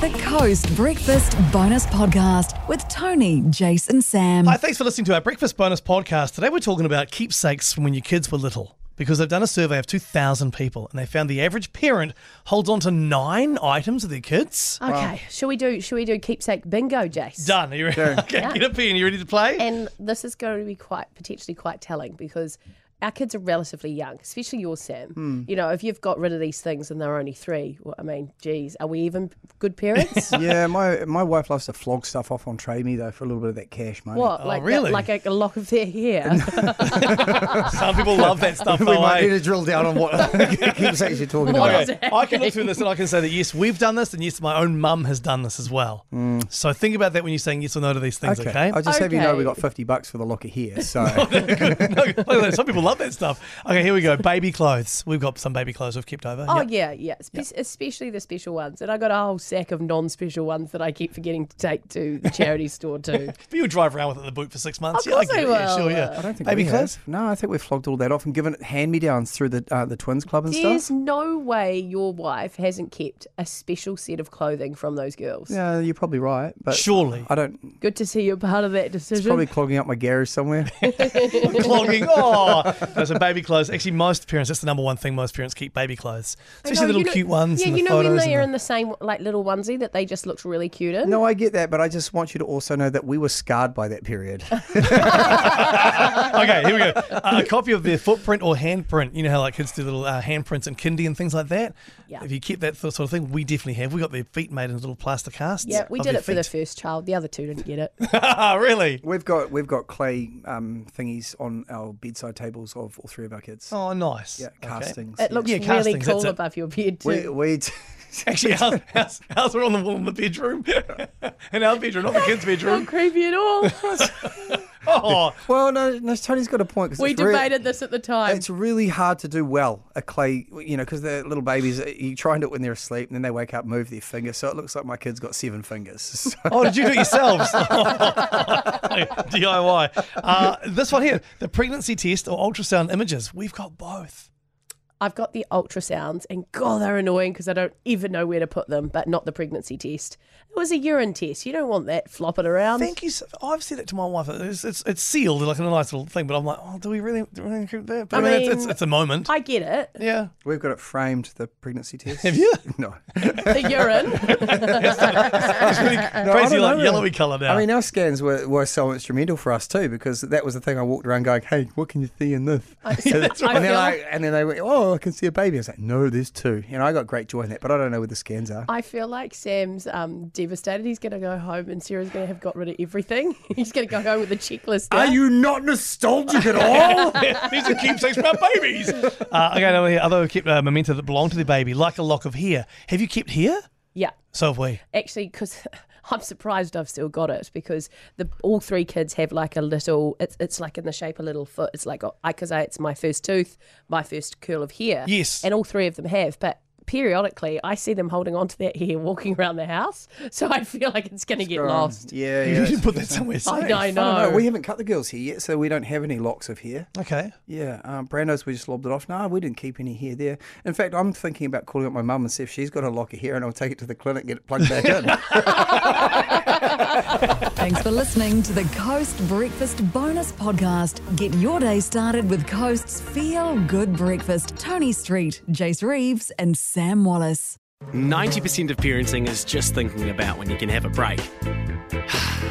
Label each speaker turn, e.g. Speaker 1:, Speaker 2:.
Speaker 1: The Coast Breakfast Bonus Podcast with Tony, Jace, and Sam.
Speaker 2: Hi, thanks for listening to our Breakfast Bonus podcast. Today we're talking about keepsakes from when your kids were little because they've done a survey of 2,000 people and they found the average parent holds on to nine items of their kids.
Speaker 3: Okay, should we do should we do keepsake bingo, Jace?
Speaker 2: Done. Are you ready? Okay, get up here. You ready to play?
Speaker 3: And this is going to be quite potentially quite telling because our kids are relatively young, especially yours, Sam.
Speaker 4: Hmm.
Speaker 3: You know, if you've got rid of these things and they're only three, well, I mean, geez, are we even good parents?
Speaker 4: yeah, my my wife loves to flog stuff off on trade me though for a little bit of that cash money.
Speaker 3: what like that-
Speaker 2: really?
Speaker 3: like a, a lock of their hair?
Speaker 2: Some people love that stuff.
Speaker 4: we
Speaker 2: though,
Speaker 4: might
Speaker 2: eh?
Speaker 4: need to drill down on what keeps actually talking about.
Speaker 2: Okay, I can look through this and I can say that yes, we've done this, and yes, my own mum has done this as well. So think about that when you're saying yes or no to these things. Okay.
Speaker 4: I'll Mm. just have you know we
Speaker 3: Okay.
Speaker 4: got fifty bucks for the locker here. So
Speaker 2: No, look at that. Some people love that stuff. Okay, here we go. Baby clothes. We've got some baby clothes we've kept over.
Speaker 3: oh
Speaker 2: Yep.
Speaker 3: yeah, yeah, Spe- especially the special ones. And I got a whole sack of non-special ones that I keep forgetting to take to the charity store too.
Speaker 2: But you'll drive around with it in the boot for six months.
Speaker 3: Of course
Speaker 2: yeah, I get
Speaker 3: I
Speaker 2: it. Yeah, sure,
Speaker 3: will.
Speaker 2: yeah.
Speaker 3: I
Speaker 4: I think
Speaker 2: baby
Speaker 4: we have.
Speaker 2: clothes.
Speaker 4: No, I think we've flogged all that off and given it hand me downs through the uh, the twins club and
Speaker 3: There's
Speaker 4: stuff.
Speaker 3: no way your wife hasn't kept a special set of clothing from those girls.
Speaker 4: Yeah, you're probably right, but
Speaker 2: Surely.
Speaker 4: I don't.
Speaker 3: Good to see you're part of that
Speaker 4: It's
Speaker 3: decision.
Speaker 4: probably clogging up my garage somewhere.
Speaker 2: clogging. Oh, no, so baby clothes. Actually, most parents, that's the number one thing most parents keep baby clothes,
Speaker 3: I
Speaker 2: especially
Speaker 3: know,
Speaker 2: the
Speaker 3: you
Speaker 2: little
Speaker 3: know-
Speaker 2: cute ones.
Speaker 3: Yeah,
Speaker 2: and the
Speaker 3: you know when
Speaker 2: photos
Speaker 3: they are in
Speaker 2: and
Speaker 3: the same like little onesie that they just looked really cute in.
Speaker 4: no, I get that, but I just want you to also know that we were scarred by that period.
Speaker 2: the- okay, here we go. Uh, a copy of their footprint or handprint. You know how like kids do little uh, handprints and kindy and things like that.
Speaker 3: Yeah.
Speaker 2: If you keep that sort of thing, we definitely have. We got their feet made in little plaster casts.
Speaker 3: Yeah, we
Speaker 2: of
Speaker 3: did
Speaker 2: their
Speaker 3: it for the
Speaker 2: feet.
Speaker 3: first child. The other two didn't get it.
Speaker 2: really?
Speaker 4: we've got we've got clay um, thingies on our bedside tables of all three of our kids.
Speaker 2: Oh, nice.
Speaker 4: Yeah,
Speaker 2: Okay.
Speaker 4: castings.
Speaker 3: It looks
Speaker 2: Yeah,
Speaker 3: really
Speaker 2: castings, that's
Speaker 3: cool
Speaker 2: it.
Speaker 3: above your bed too.
Speaker 4: We, we t-
Speaker 2: Actually, ours, ours, ours are on the wall in the bedroom, in our bedroom, not the kids'
Speaker 3: Not
Speaker 2: bedroom.
Speaker 3: creepy at all.
Speaker 2: Oh,
Speaker 4: well, no, no, Tony's got a point. 'cause
Speaker 3: we
Speaker 4: it's rea-
Speaker 3: debated this at the time.
Speaker 4: it's really hard to do well a clay, you know, because they're little babies. uh, You try and do it when they're asleep, and then they wake up, move their fingers. So it looks like my kid's got seven fingers. So-
Speaker 2: Oh, did you do it yourselves? DIY. Uh, this one here, the pregnancy test or ultrasound images. We've got both.
Speaker 3: I've got the ultrasounds, and God, they're annoying because I don't even know where to put them. But not the pregnancy test. It was a urine test. You don't want that flopping around.
Speaker 2: Thank you. So, I've said that to my wife. It's, it's, it's sealed like in a nice little thing, but I'm like, oh, do we really, do we really keep that? But I,
Speaker 3: I
Speaker 2: mean, it's,
Speaker 3: mean-
Speaker 2: it's, it's a moment.
Speaker 3: I get it.
Speaker 2: yeah.
Speaker 4: We've got it framed, the pregnancy test.
Speaker 2: Have you?
Speaker 4: No.
Speaker 3: The urine.
Speaker 2: It's really crazy, like yellowy colour now.
Speaker 4: I mean, our scans were, were so instrumental for us too, because that was the thing I walked around going, hey, what can you see in this? and,
Speaker 3: that's right.
Speaker 4: they're
Speaker 3: I
Speaker 4: like,
Speaker 3: feel-
Speaker 4: and then they went, oh, I can see a baby. I was like, no, there's two. You know, I got great joy in that, but I don't know where the scans are.
Speaker 3: I feel like Sam's um, devastated. He's going to go home, and Sarah's going to have got rid of everything. He's going to go home with a checklist.
Speaker 4: Are
Speaker 3: now.
Speaker 4: you not nostalgic at all?
Speaker 2: These are keepsakes for our babies. Uh, okay, now, here, although we kept uh, memento that belonged to the baby, like a lock of hair. Have you kept hair?
Speaker 3: Yeah.
Speaker 2: So have we.
Speaker 3: actually because I'm surprised I've still got it because the all three kids have like a little it's it's like in the shape of a little foot it's like because I, it's my first tooth my first curl of hair
Speaker 2: Yes.
Speaker 3: and all three of them have but periodically I see them holding onto that hair walking around the house so I feel like it's going to get lost
Speaker 4: Yeah,
Speaker 2: you
Speaker 4: yeah.
Speaker 2: should put that somewhere
Speaker 3: I
Speaker 2: safe.
Speaker 3: know, I
Speaker 4: I don't
Speaker 3: know
Speaker 4: know. We haven't cut the girls here yet, so we don't have any locks of hair.
Speaker 2: Okay.
Speaker 4: Yeah, um, Brando's, we just lobbed it off. No, we didn't keep any hair there. In fact, I'm thinking about calling up my mum and see if she's got a lock of hair, and I'll take it to the clinic and get it plugged back in.
Speaker 1: Thanks for listening to the Coast Breakfast Bonus Podcast. Get your day started with Coast's Feel Good Breakfast. Tony Street, Jace Reeves, and Sam Wallace.
Speaker 5: 90% of parenting is just thinking about when you can have a break.